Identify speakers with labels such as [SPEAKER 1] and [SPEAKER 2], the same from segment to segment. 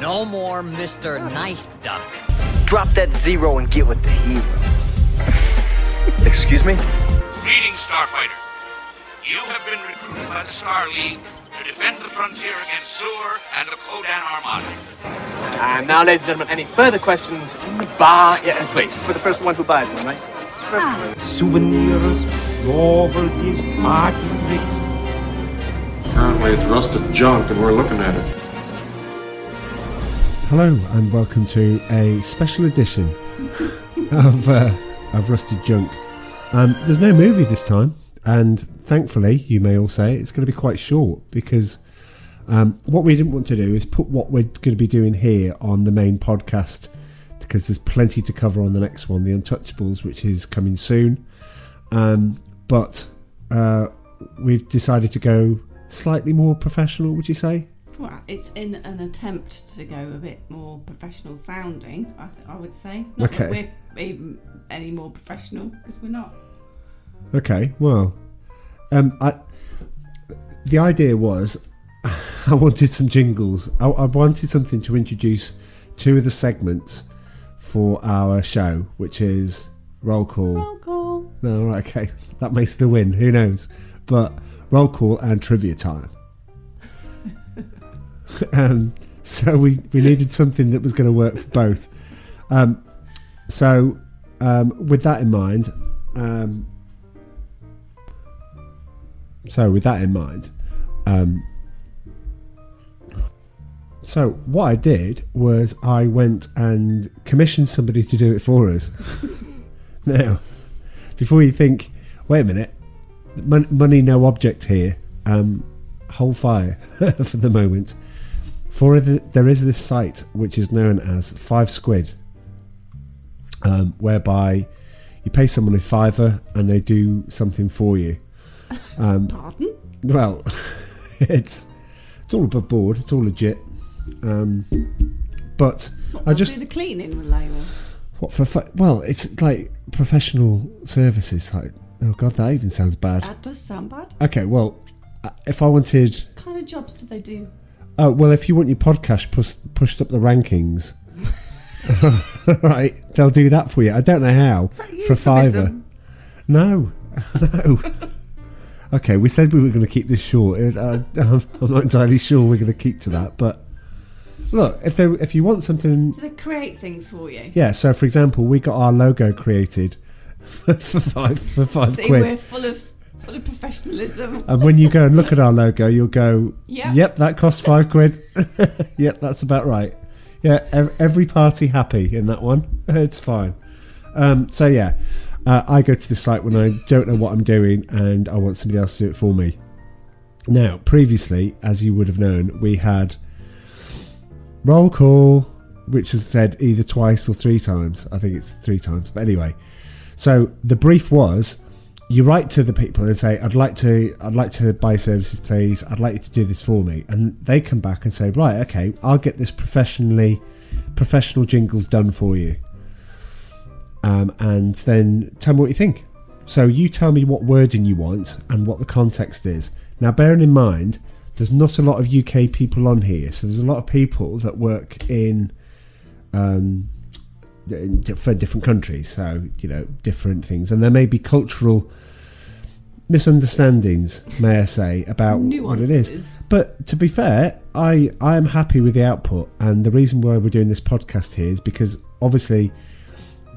[SPEAKER 1] No more Mr. Nice Duck.
[SPEAKER 2] Drop that zero and get with the hero. Excuse me?
[SPEAKER 3] Greetings, Starfighter. You have been recruited by the Star League to defend the frontier against Sewer and the Kodan Armada.
[SPEAKER 4] And now, ladies and gentlemen, any further questions? Bar, yeah, please. For the first one who buys one, right?
[SPEAKER 5] souvenirs, novelties, party tricks.
[SPEAKER 6] Apparently, it's rusted junk, and we're looking at it.
[SPEAKER 7] Hello and welcome to a special edition of uh, of Rusted Junk. Um, there's no movie this time, and thankfully, you may all say it's going to be quite short because um, what we didn't want to do is put what we're going to be doing here on the main podcast because there's plenty to cover on the next one, The Untouchables, which is coming soon. Um, but uh, we've decided to go slightly more professional, would you say?
[SPEAKER 8] Well, it's in an attempt to go a bit more professional sounding, I, th- I would say. Not that
[SPEAKER 7] Okay.
[SPEAKER 8] we're even any more professional, because we're not.
[SPEAKER 7] Okay, well, um, I the idea was I wanted some jingles. I, I wanted something to introduce two of the segments for our show, which is roll call.
[SPEAKER 8] Roll call.
[SPEAKER 7] No, right, okay, that may still win. Who knows? But roll call and trivia time. um, so we we needed something that was going to work for both. Um, so um, with that in mind, um, so with that in mind, um, so what I did was I went and commissioned somebody to do it for us. now, before you think, wait a minute, mon- money no object here. Um, hold fire for the moment. For the, there is this site which is known as Five Squid, um, whereby you pay someone a fiver and they do something for you. Um,
[SPEAKER 8] Pardon?
[SPEAKER 7] Well, it's it's all above board. It's all legit. Um, but I
[SPEAKER 8] I'll
[SPEAKER 7] just
[SPEAKER 8] do the cleaning with Layla.
[SPEAKER 7] what for? fu- Well, it's like professional services. Like, oh god, that even sounds bad.
[SPEAKER 8] That does sound bad.
[SPEAKER 7] Okay, well, uh, if I wanted,
[SPEAKER 8] What kind of jobs do they do?
[SPEAKER 7] oh well, if you want your podcast pus- pushed up the rankings, right, they'll do that for you. I don't know how
[SPEAKER 8] Is that
[SPEAKER 7] for a fiver.
[SPEAKER 8] euphemism?
[SPEAKER 7] No, no. okay, we said we were going to keep this short. It- I, I'm I'm not entirely sure we're going to keep to that, but look, if they if you want something,
[SPEAKER 8] Do they create things for you?
[SPEAKER 7] yeah. So, for example, we got our logo created for five for five
[SPEAKER 8] See,
[SPEAKER 7] quid.
[SPEAKER 8] we're full of full of professionalism.
[SPEAKER 7] And when you go and look at our logo, you'll go,
[SPEAKER 8] Yeah.
[SPEAKER 7] yep, that cost five quid. yep, that's about right. Yeah, ev- every party happy in that one. It's fine. Um, so, yeah, uh, I go to the site when I don't know what I'm doing and I want somebody else to do it for me. Now, previously, as you would have known, we had roll call, which is said either twice or three times. I think it's three times. But anyway, so the brief was you write to the people and say, I'd like to I'd like to buy services please, I'd like you to do this for me. And they come back and say, Right, okay, I'll get this professionally professional jingles done for you. Um, and then tell me what you think. So you tell me what wording you want and what the context is. Now bearing in mind there's not a lot of UK people on here, so there's a lot of people that work in um, in di- for different countries. So you know different things, and there may be cultural misunderstandings, may I say, about what it is.
[SPEAKER 8] Nuances.
[SPEAKER 7] But to be fair, I I am happy with the output, and the reason why we're doing this podcast here is because obviously.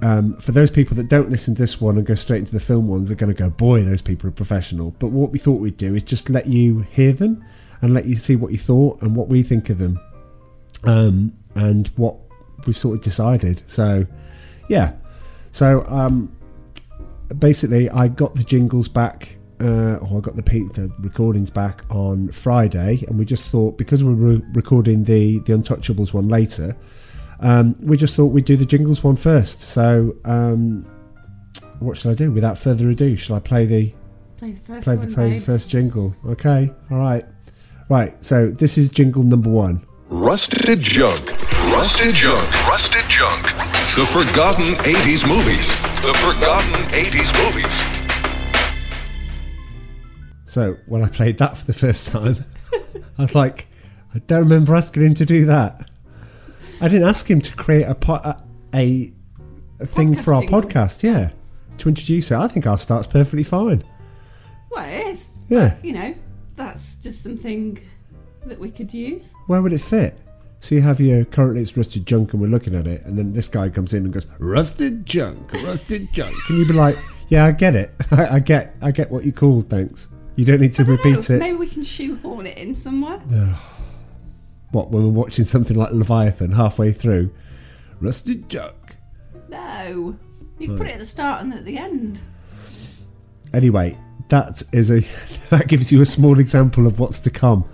[SPEAKER 7] Um, for those people that don't listen to this one and go straight into the film ones, they're going to go, boy, those people are professional. But what we thought we'd do is just let you hear them and let you see what you thought and what we think of them um, and what we've sort of decided. So, yeah. So, um, basically, I got the jingles back, uh, or I got the, pe- the recordings back on Friday, and we just thought because we were recording the the Untouchables one later, um, we just thought we'd do the jingles one first. So, um, what shall I do? Without further ado, shall I play the
[SPEAKER 8] Play the first
[SPEAKER 7] play
[SPEAKER 8] one,
[SPEAKER 7] the play the
[SPEAKER 8] babes.
[SPEAKER 7] first jingle? Okay, all right, right. So this is jingle number one.
[SPEAKER 3] Rusted Junk. Rusted Junk. Rusted Junk. The Forgotten 80s Movies. The Forgotten 80s Movies.
[SPEAKER 7] So when I played that for the first time, I was like, I don't remember asking him to do that. I didn't ask him to create a po- a, a, a thing for our
[SPEAKER 8] Podcasting.
[SPEAKER 7] podcast. Yeah, to introduce it. I think our start's perfectly fine.
[SPEAKER 8] Well, it is.
[SPEAKER 7] Yeah,
[SPEAKER 8] You know, that's just something that we could use.
[SPEAKER 7] where would it fit? So you have your currently it's rusted junk, and we're looking at it, and then this guy comes in and goes rusted junk, rusted junk, and you'd be like, yeah, I get it. I, I get, I get what you called. Thanks. You don't need to
[SPEAKER 8] I don't
[SPEAKER 7] repeat
[SPEAKER 8] know,
[SPEAKER 7] it.
[SPEAKER 8] Maybe we can shoehorn it in somewhere.
[SPEAKER 7] What when we're watching something like Leviathan halfway through, rusted junk.
[SPEAKER 8] No. You can put it at the start and at the end.
[SPEAKER 7] anyway, that is a that gives you a small example of what's to come.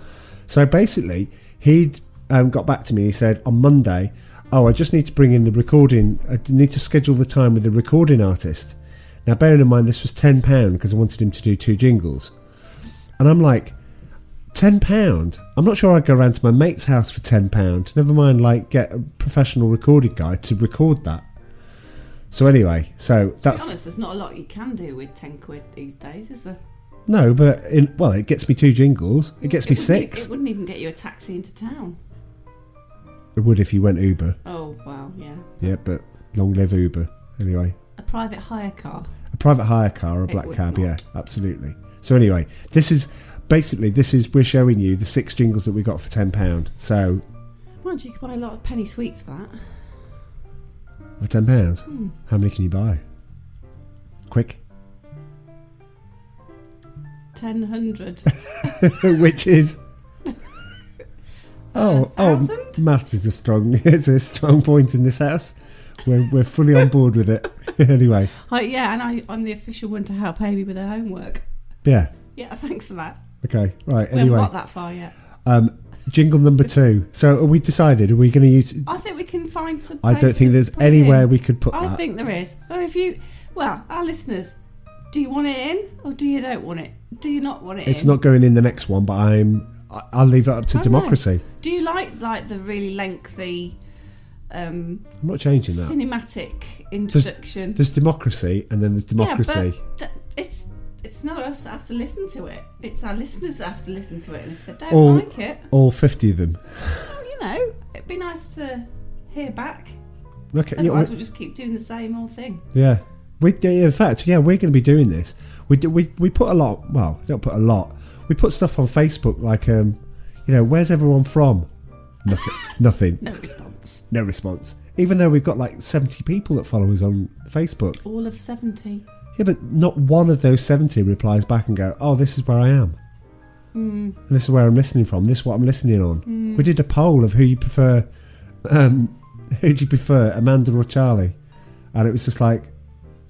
[SPEAKER 7] So basically, he'd um, got back to me. He said on Monday, "Oh, I just need to bring in the recording. I need to schedule the time with the recording artist." Now, bearing in mind this was ten pound because I wanted him to do two jingles, and I'm like, ten pound. I'm not sure I'd go round to my mate's house for ten pound. Never mind, like get a professional recorded guy to record that. So anyway, so
[SPEAKER 8] To
[SPEAKER 7] that's
[SPEAKER 8] be honest, there's not a lot you can do with 10 quid these days, is there?
[SPEAKER 7] No, but in, well, it gets me two jingles. It gets me
[SPEAKER 8] It wouldn't- e-
[SPEAKER 7] six.
[SPEAKER 8] It wouldn't even get you a taxi into town.
[SPEAKER 7] It would if you went Uber.
[SPEAKER 8] Oh, wow, yeah.
[SPEAKER 7] Yeah, but long live Uber. Anyway,
[SPEAKER 8] A private hire car.
[SPEAKER 7] a private hire car or a black
[SPEAKER 8] would
[SPEAKER 7] cab.
[SPEAKER 8] not.
[SPEAKER 7] Yeah, absolutely. So anyway, this is basically this is we're showing you the six jingles that we got for ten pound. So
[SPEAKER 8] Mind you, you could buy a lot of penny sweets for that.
[SPEAKER 7] for ten pounds,
[SPEAKER 8] Hmm.
[SPEAKER 7] how many can you buy? Quick,
[SPEAKER 8] 1000.
[SPEAKER 7] which is. Oh, oh,
[SPEAKER 8] thousand?
[SPEAKER 7] maths is a strong is a strong point in this house. We're we're fully on board with it. anyway,
[SPEAKER 8] oh, yeah, and I, I'm the official one to help Amy with her homework.
[SPEAKER 7] yeah.
[SPEAKER 8] Yeah, thanks for that.
[SPEAKER 7] Okay, right.
[SPEAKER 8] We
[SPEAKER 7] Anyway,
[SPEAKER 8] haven't got that far yet.
[SPEAKER 7] Um, jingle number two. So are we decided? Are we going to use?
[SPEAKER 8] I think we can find some.
[SPEAKER 7] I don't
[SPEAKER 8] place
[SPEAKER 7] think
[SPEAKER 8] to
[SPEAKER 7] there's
[SPEAKER 8] put it
[SPEAKER 7] anywhere
[SPEAKER 8] in.
[SPEAKER 7] we could put
[SPEAKER 8] I
[SPEAKER 7] that.
[SPEAKER 8] think there is. Oh, if you, well, our listeners, do you want it in or do you don't want it? Do you not want it?
[SPEAKER 7] It's
[SPEAKER 8] in?
[SPEAKER 7] not going in the next one, but I'm. I- I'll leave it up to
[SPEAKER 8] I don't know.
[SPEAKER 7] democracy.
[SPEAKER 8] Do you like like the really lengthy, um,
[SPEAKER 7] I'm not changing that.
[SPEAKER 8] cinematic
[SPEAKER 7] There's,
[SPEAKER 8] introduction?
[SPEAKER 7] there's democracy, and then there's democracy.
[SPEAKER 8] Yeah, but d- it's it's not us that have to listen to it. It's our listeners that have to listen to it, and if they don't
[SPEAKER 7] all,
[SPEAKER 8] like it,
[SPEAKER 7] all fifty of them.
[SPEAKER 8] well, you know, it'd be nice to hear back.
[SPEAKER 7] Okay. Yeah.
[SPEAKER 8] Otherwise,
[SPEAKER 7] we-
[SPEAKER 8] we'll just keep doing the same old thing.
[SPEAKER 7] yeah. We, do- in fact, yeah, we're going to be doing this. We do, we we put a lot. Well, we don't put a lot. We put stuff on Facebook like, um, you know, where's everyone from? Nothing. nothing.
[SPEAKER 8] No response.
[SPEAKER 7] No response. Even though we've got like seventy people that follow us on Facebook.
[SPEAKER 8] All of 70.
[SPEAKER 7] Yeah, but not one of those 70 replies back and go, oh, this is where I am. Mm. And this is where I'm listening from. This is what I'm listening on.
[SPEAKER 8] Mm.
[SPEAKER 7] We did a poll of who you prefer, um, who do you prefer, Amanda or Charlie? And it was just like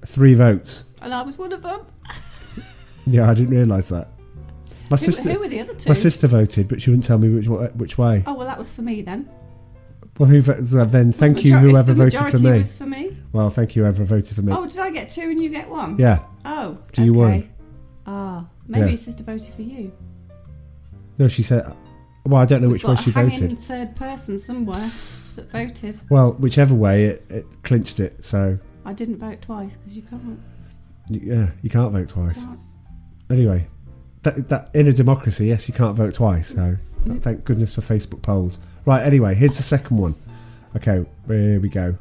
[SPEAKER 7] three votes.
[SPEAKER 8] And I was one of them.
[SPEAKER 7] Yeah, I didn't realise that. My
[SPEAKER 8] Who,
[SPEAKER 7] sister,
[SPEAKER 8] who were the other two?
[SPEAKER 7] my sister voted, but she wouldn't tell me which wa- which way.
[SPEAKER 8] Oh, well, that was for me then.
[SPEAKER 7] Well, who vo- then? Thank
[SPEAKER 8] Majority-
[SPEAKER 7] you, whoever
[SPEAKER 8] the
[SPEAKER 7] voted for
[SPEAKER 8] majority
[SPEAKER 7] me.
[SPEAKER 8] was for me.
[SPEAKER 7] Well, thank you, whoever voted for me.
[SPEAKER 8] Oh, did I get two and you get one?
[SPEAKER 7] Yeah,
[SPEAKER 8] Oh.
[SPEAKER 7] Do you
[SPEAKER 8] okay.
[SPEAKER 7] one?
[SPEAKER 8] Ah, maybe
[SPEAKER 7] Yeah.
[SPEAKER 8] your sister voted for you.
[SPEAKER 7] no, she said. Well, I don't know
[SPEAKER 8] We've
[SPEAKER 7] which
[SPEAKER 8] got
[SPEAKER 7] way
[SPEAKER 8] a
[SPEAKER 7] she
[SPEAKER 8] hanging
[SPEAKER 7] voted.
[SPEAKER 8] third person somewhere that voted.
[SPEAKER 7] Well, whichever way, it, it clinched it. So
[SPEAKER 8] I didn't vote twice because you can't.
[SPEAKER 7] Y- Yeah, you can't vote twice.
[SPEAKER 8] Can't.
[SPEAKER 7] Anyway, that, that in a democracy, yes, you can't vote twice. So th- thank goodness for Facebook polls. Right. Anyway, here's the second one. Okay, here we go.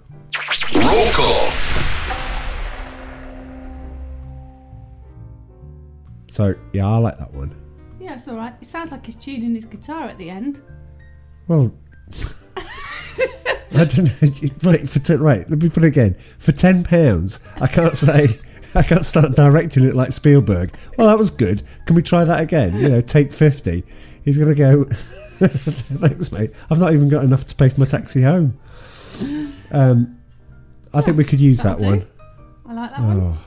[SPEAKER 3] Roll call.
[SPEAKER 7] So yeah, I like that one.
[SPEAKER 8] Yeah, it's all right. It sounds like he's tuning his guitar at the end.
[SPEAKER 7] Well, I don't know. Right for ten, right. Let me put it again. For ten pounds, I can't say. I can't start directing it like Spielberg. Well, that was good. Can we try that again? You know, take fifty. He's gonna go. Thanks, mate. I've not even got enough to pay for my taxi home. Um, I think we could use that
[SPEAKER 8] That'll do.
[SPEAKER 7] one,
[SPEAKER 8] I like that
[SPEAKER 7] Oh.
[SPEAKER 8] one.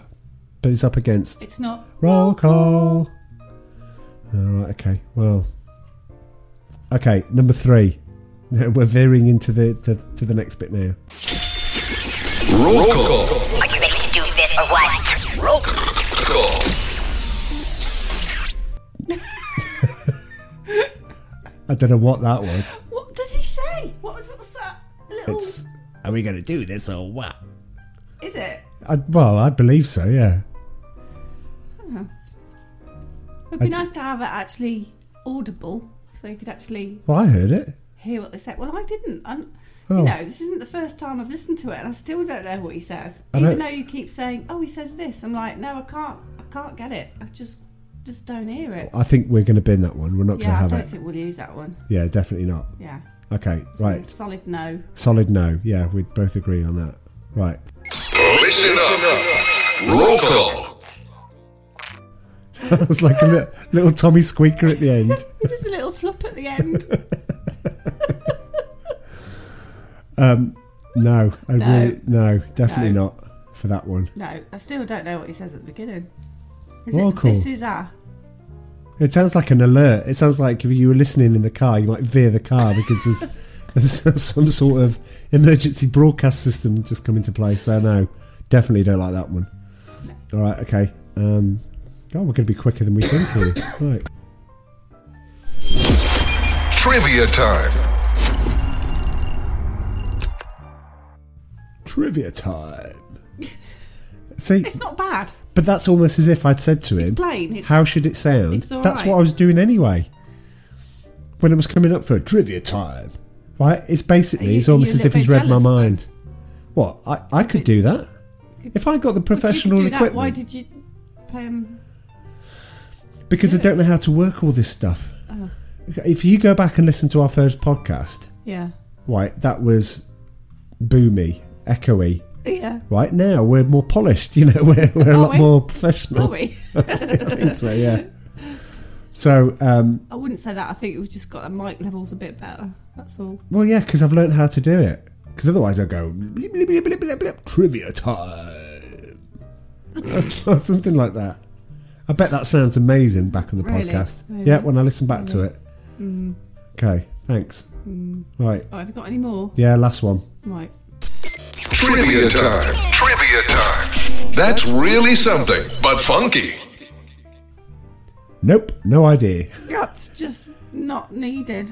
[SPEAKER 7] but it's up against
[SPEAKER 8] It's not.
[SPEAKER 7] Roll call. All right. Okay. Well. Okay. Number three. We're veering into the to, to the next bit now.
[SPEAKER 3] Roll call.
[SPEAKER 9] Are you ready to do this or what?
[SPEAKER 3] Roll call.
[SPEAKER 7] I don't know what that was.
[SPEAKER 8] What does he say? What was, what was that? A little.
[SPEAKER 7] It's. Are we going to do this or what?
[SPEAKER 8] Is it?
[SPEAKER 7] I, well, I believe so. Yeah.
[SPEAKER 8] It'd be nice to have it actually audible so you could actually
[SPEAKER 7] Well, I heard it.
[SPEAKER 8] hear what they said. Well, I didn't. I'm,
[SPEAKER 7] Oh.
[SPEAKER 8] You know, this isn't the first time I've listened to it, and I still don't know what he says.
[SPEAKER 7] I
[SPEAKER 8] Even
[SPEAKER 7] know.
[SPEAKER 8] though you keep saying, "Oh, he says this," I'm like, "No, I can't. I can't get it. I just, just don't hear it."
[SPEAKER 7] I think we're going to bin that one. We're not
[SPEAKER 8] yeah, I
[SPEAKER 7] going to
[SPEAKER 8] don't
[SPEAKER 7] have it.
[SPEAKER 8] think we'll use that one.
[SPEAKER 7] Yeah, definitely not.
[SPEAKER 8] Yeah,
[SPEAKER 7] Okay,
[SPEAKER 8] So it's
[SPEAKER 7] right.
[SPEAKER 8] Solid no.
[SPEAKER 7] Solid no. Yeah, we both agree on that. Right.
[SPEAKER 3] Listen up. Roll call.
[SPEAKER 7] That was like a li- little Tommy squeaker at the end.
[SPEAKER 8] There's a little flop at the end.
[SPEAKER 7] No, I
[SPEAKER 8] No.
[SPEAKER 7] really no, definitely
[SPEAKER 8] No.
[SPEAKER 7] not for that one.
[SPEAKER 8] No, I still don't know what he says at the beginning. Is
[SPEAKER 7] Well,
[SPEAKER 8] it,
[SPEAKER 7] cool.
[SPEAKER 8] This is uh, a.
[SPEAKER 7] It sounds like an alert. It sounds like if you were listening in the car, you might veer the car because there's, there's some sort of emergency broadcast system just come into play. So no, definitely don't like that one. All right, okay. Um, God, we're going to be quicker than we think here. Right.
[SPEAKER 3] Trivia time.
[SPEAKER 7] Trivia time. See,
[SPEAKER 8] It's not bad.
[SPEAKER 7] but that's almost as if I'd said to him,
[SPEAKER 8] plain, it's-
[SPEAKER 7] "How should it sound?"
[SPEAKER 8] it's all
[SPEAKER 7] that's
[SPEAKER 8] right.
[SPEAKER 7] what I was doing anyway. When it was coming up for trivia time, right? It's basically
[SPEAKER 8] Are you-
[SPEAKER 7] it's
[SPEAKER 8] are you
[SPEAKER 7] almost
[SPEAKER 8] a
[SPEAKER 7] as
[SPEAKER 8] little
[SPEAKER 7] if he's
[SPEAKER 8] bit
[SPEAKER 7] read my
[SPEAKER 8] jealous then?
[SPEAKER 7] mind. What I, I could do that if I got the
[SPEAKER 8] If you could
[SPEAKER 7] professional
[SPEAKER 8] do that,
[SPEAKER 7] equipment
[SPEAKER 8] Why did you pay him?
[SPEAKER 7] because I don't know how to work all this stuff.
[SPEAKER 8] Oh.
[SPEAKER 7] If you go back and listen to our first podcast,
[SPEAKER 8] Yeah.
[SPEAKER 7] right, that was boomy, echoey.
[SPEAKER 8] Yeah.
[SPEAKER 7] Right now we're more polished, you know, we're, we're a
[SPEAKER 8] Are
[SPEAKER 7] lot
[SPEAKER 8] we?
[SPEAKER 7] more
[SPEAKER 8] Are
[SPEAKER 7] professional.
[SPEAKER 8] we?
[SPEAKER 7] I think so, yeah. So, um,
[SPEAKER 8] I wouldn't say that. I think we've just got the mic levels a bit better. That's all.
[SPEAKER 7] well, yeah, because I've learned how to do it. Because otherwise, I go "Blip, blip, blip, blip, blip, blip, trivia time or something like that. I bet that sounds amazing back on the
[SPEAKER 8] Really?
[SPEAKER 7] podcast.
[SPEAKER 8] Really? Mm.
[SPEAKER 7] Yeah, when I listen back to it. Okay, thanks. Right,
[SPEAKER 8] Oh, have you got any more?
[SPEAKER 7] yeah, last one.
[SPEAKER 8] Right.
[SPEAKER 3] Trivia time. Trivia time. That's really something, but funky.
[SPEAKER 7] Nope, no idea.
[SPEAKER 8] That's just not needed.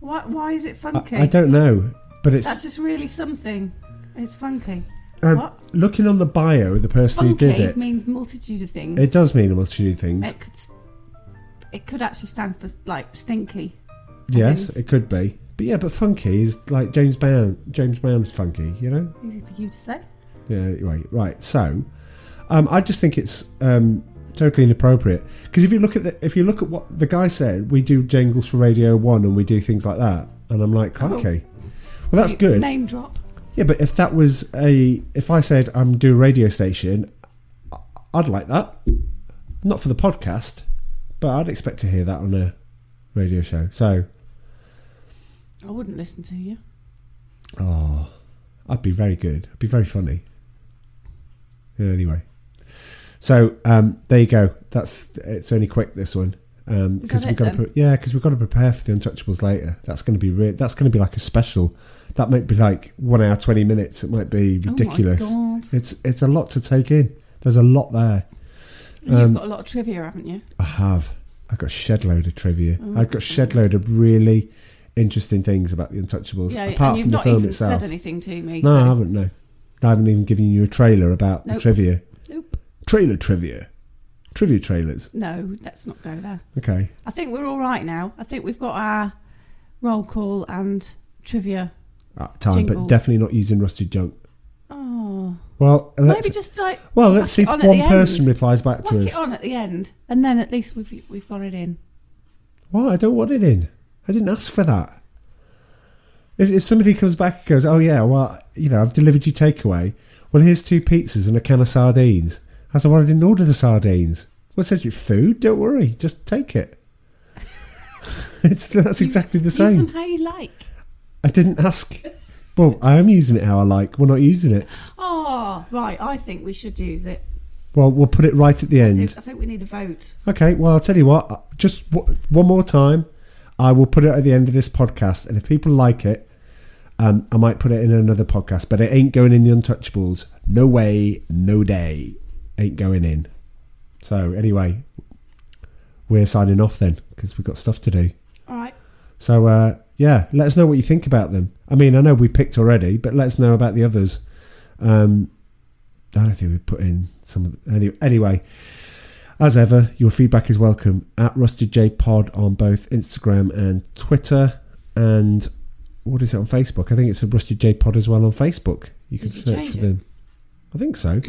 [SPEAKER 8] Why? Why is it funky?
[SPEAKER 7] I, I don't know, but it's
[SPEAKER 8] That's just really something. It's funky.
[SPEAKER 7] um,
[SPEAKER 8] what?
[SPEAKER 7] looking on the bio of the person
[SPEAKER 8] Funky
[SPEAKER 7] who did it.
[SPEAKER 8] means multitude of things.
[SPEAKER 7] It does mean a multitude of things.
[SPEAKER 8] It could. s- It could actually stand for like stinky.
[SPEAKER 7] Yes,
[SPEAKER 8] things.
[SPEAKER 7] it could be. But yeah, but funky is like James Brown. James Brown's funky, you know.
[SPEAKER 8] Easy for you to say.
[SPEAKER 7] Yeah. Anyway, right. So, um, I just think it's um, totally inappropriate because if you look at the, if you look at what the guy said, we do jingles for Radio One and we do things like that, and I'm like, crikey. Well, that's good.
[SPEAKER 8] Name drop.
[SPEAKER 7] Yeah, but if that was a if I said I'm do a radio station, I- I'd like that. Not for the podcast, but I'd expect to hear that on a radio show. So
[SPEAKER 8] I wouldn't listen to you.
[SPEAKER 7] I'd be very good. I'd be very funny. Yeah, Anyway, so um, there you go. That's it's only quick this one
[SPEAKER 8] that
[SPEAKER 7] because we've
[SPEAKER 8] it
[SPEAKER 7] got to
[SPEAKER 8] then?
[SPEAKER 7] pre- yeah because we've got to prepare for the Untouchables later. That's going to be re- that's going to be like a special. That might be like one hour twenty minutes. It might be
[SPEAKER 8] Oh my
[SPEAKER 7] ridiculous.
[SPEAKER 8] God.
[SPEAKER 7] It's it's a lot to take in. There's a lot there. Um,
[SPEAKER 8] You've got a lot of trivia, haven't you?
[SPEAKER 7] I have. I got a shed load of trivia.
[SPEAKER 8] Oh,
[SPEAKER 7] I've got a shed load of really interesting things about the Untouchables.
[SPEAKER 8] Yeah,
[SPEAKER 7] apart
[SPEAKER 8] and you've
[SPEAKER 7] from the
[SPEAKER 8] not
[SPEAKER 7] film
[SPEAKER 8] even
[SPEAKER 7] itself.
[SPEAKER 8] said anything to me.
[SPEAKER 7] No,
[SPEAKER 8] so-
[SPEAKER 7] I haven't. No, I haven't even given you a trailer about the
[SPEAKER 8] Nope.
[SPEAKER 7] trivia.
[SPEAKER 8] Nope.
[SPEAKER 7] Trailer trivia, trivia trailers.
[SPEAKER 8] No, let's not go there.
[SPEAKER 7] Okay,
[SPEAKER 8] I think we're all right now. I think we've got our roll call and trivia.
[SPEAKER 7] Uh, time, but
[SPEAKER 8] Jingles.
[SPEAKER 7] definitely not using rusted junk.
[SPEAKER 8] Oh,
[SPEAKER 7] Well, let's,
[SPEAKER 8] maybe just like
[SPEAKER 7] well,
[SPEAKER 8] whack
[SPEAKER 7] let's see
[SPEAKER 8] it
[SPEAKER 7] if
[SPEAKER 8] on at
[SPEAKER 7] one
[SPEAKER 8] the
[SPEAKER 7] person
[SPEAKER 8] end.
[SPEAKER 7] replies back
[SPEAKER 8] whack
[SPEAKER 7] to
[SPEAKER 8] it
[SPEAKER 7] us.
[SPEAKER 8] on at the end, and then at least we've we've got it in.
[SPEAKER 7] Why? I don't want it in. I didn't ask for that. If, if somebody comes back and goes, "Oh yeah, well, you know, I've delivered you takeaway. Well, here's two pizzas and a can of sardines." I said, "Well, I didn't order the sardines." Well, says you food. Don't worry, just take it. it's that's exactly the
[SPEAKER 8] Use
[SPEAKER 7] same.
[SPEAKER 8] them how you like.
[SPEAKER 7] I didn't ask. Well, I am using it how I like. We're not using it.
[SPEAKER 8] Oh, right. I think we should use it.
[SPEAKER 7] Well, we'll put it right at the
[SPEAKER 8] I
[SPEAKER 7] end.
[SPEAKER 8] think, I think we need a vote.
[SPEAKER 7] Okay. Well, I'll tell you what. uh, Just w- one more time, I will put it at the end of this podcast, and if people like it, um, I might put it in another podcast. But it ain't going in the Untouchables. No way. No day. Ain't going in. So anyway, we're signing off then because we've got stuff to do.
[SPEAKER 8] All right.
[SPEAKER 7] So uh, yeah, let us know what you think about them. I mean, I know we picked already, but let us know about the others. Um, I don't think we put in some of the, anyway, anyway. As ever, your feedback is welcome at Rusted J Pod on both Instagram and Twitter, and what is it on Facebook? I think it's a Rusty J Pod as well on Facebook. You can
[SPEAKER 8] Did you
[SPEAKER 7] search
[SPEAKER 8] change
[SPEAKER 7] for
[SPEAKER 8] it?
[SPEAKER 7] them. I think so.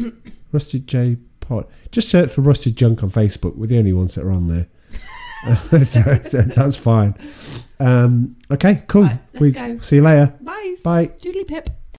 [SPEAKER 7] Rusty J Pod. Just search for Rusty Junk on Facebook. We're the only ones that are on there. So, that's fine. Um, okay, cool.
[SPEAKER 8] Right, let's
[SPEAKER 7] we
[SPEAKER 8] go.
[SPEAKER 7] see you later.
[SPEAKER 8] Bye.
[SPEAKER 7] Bye.
[SPEAKER 8] Doodly pip.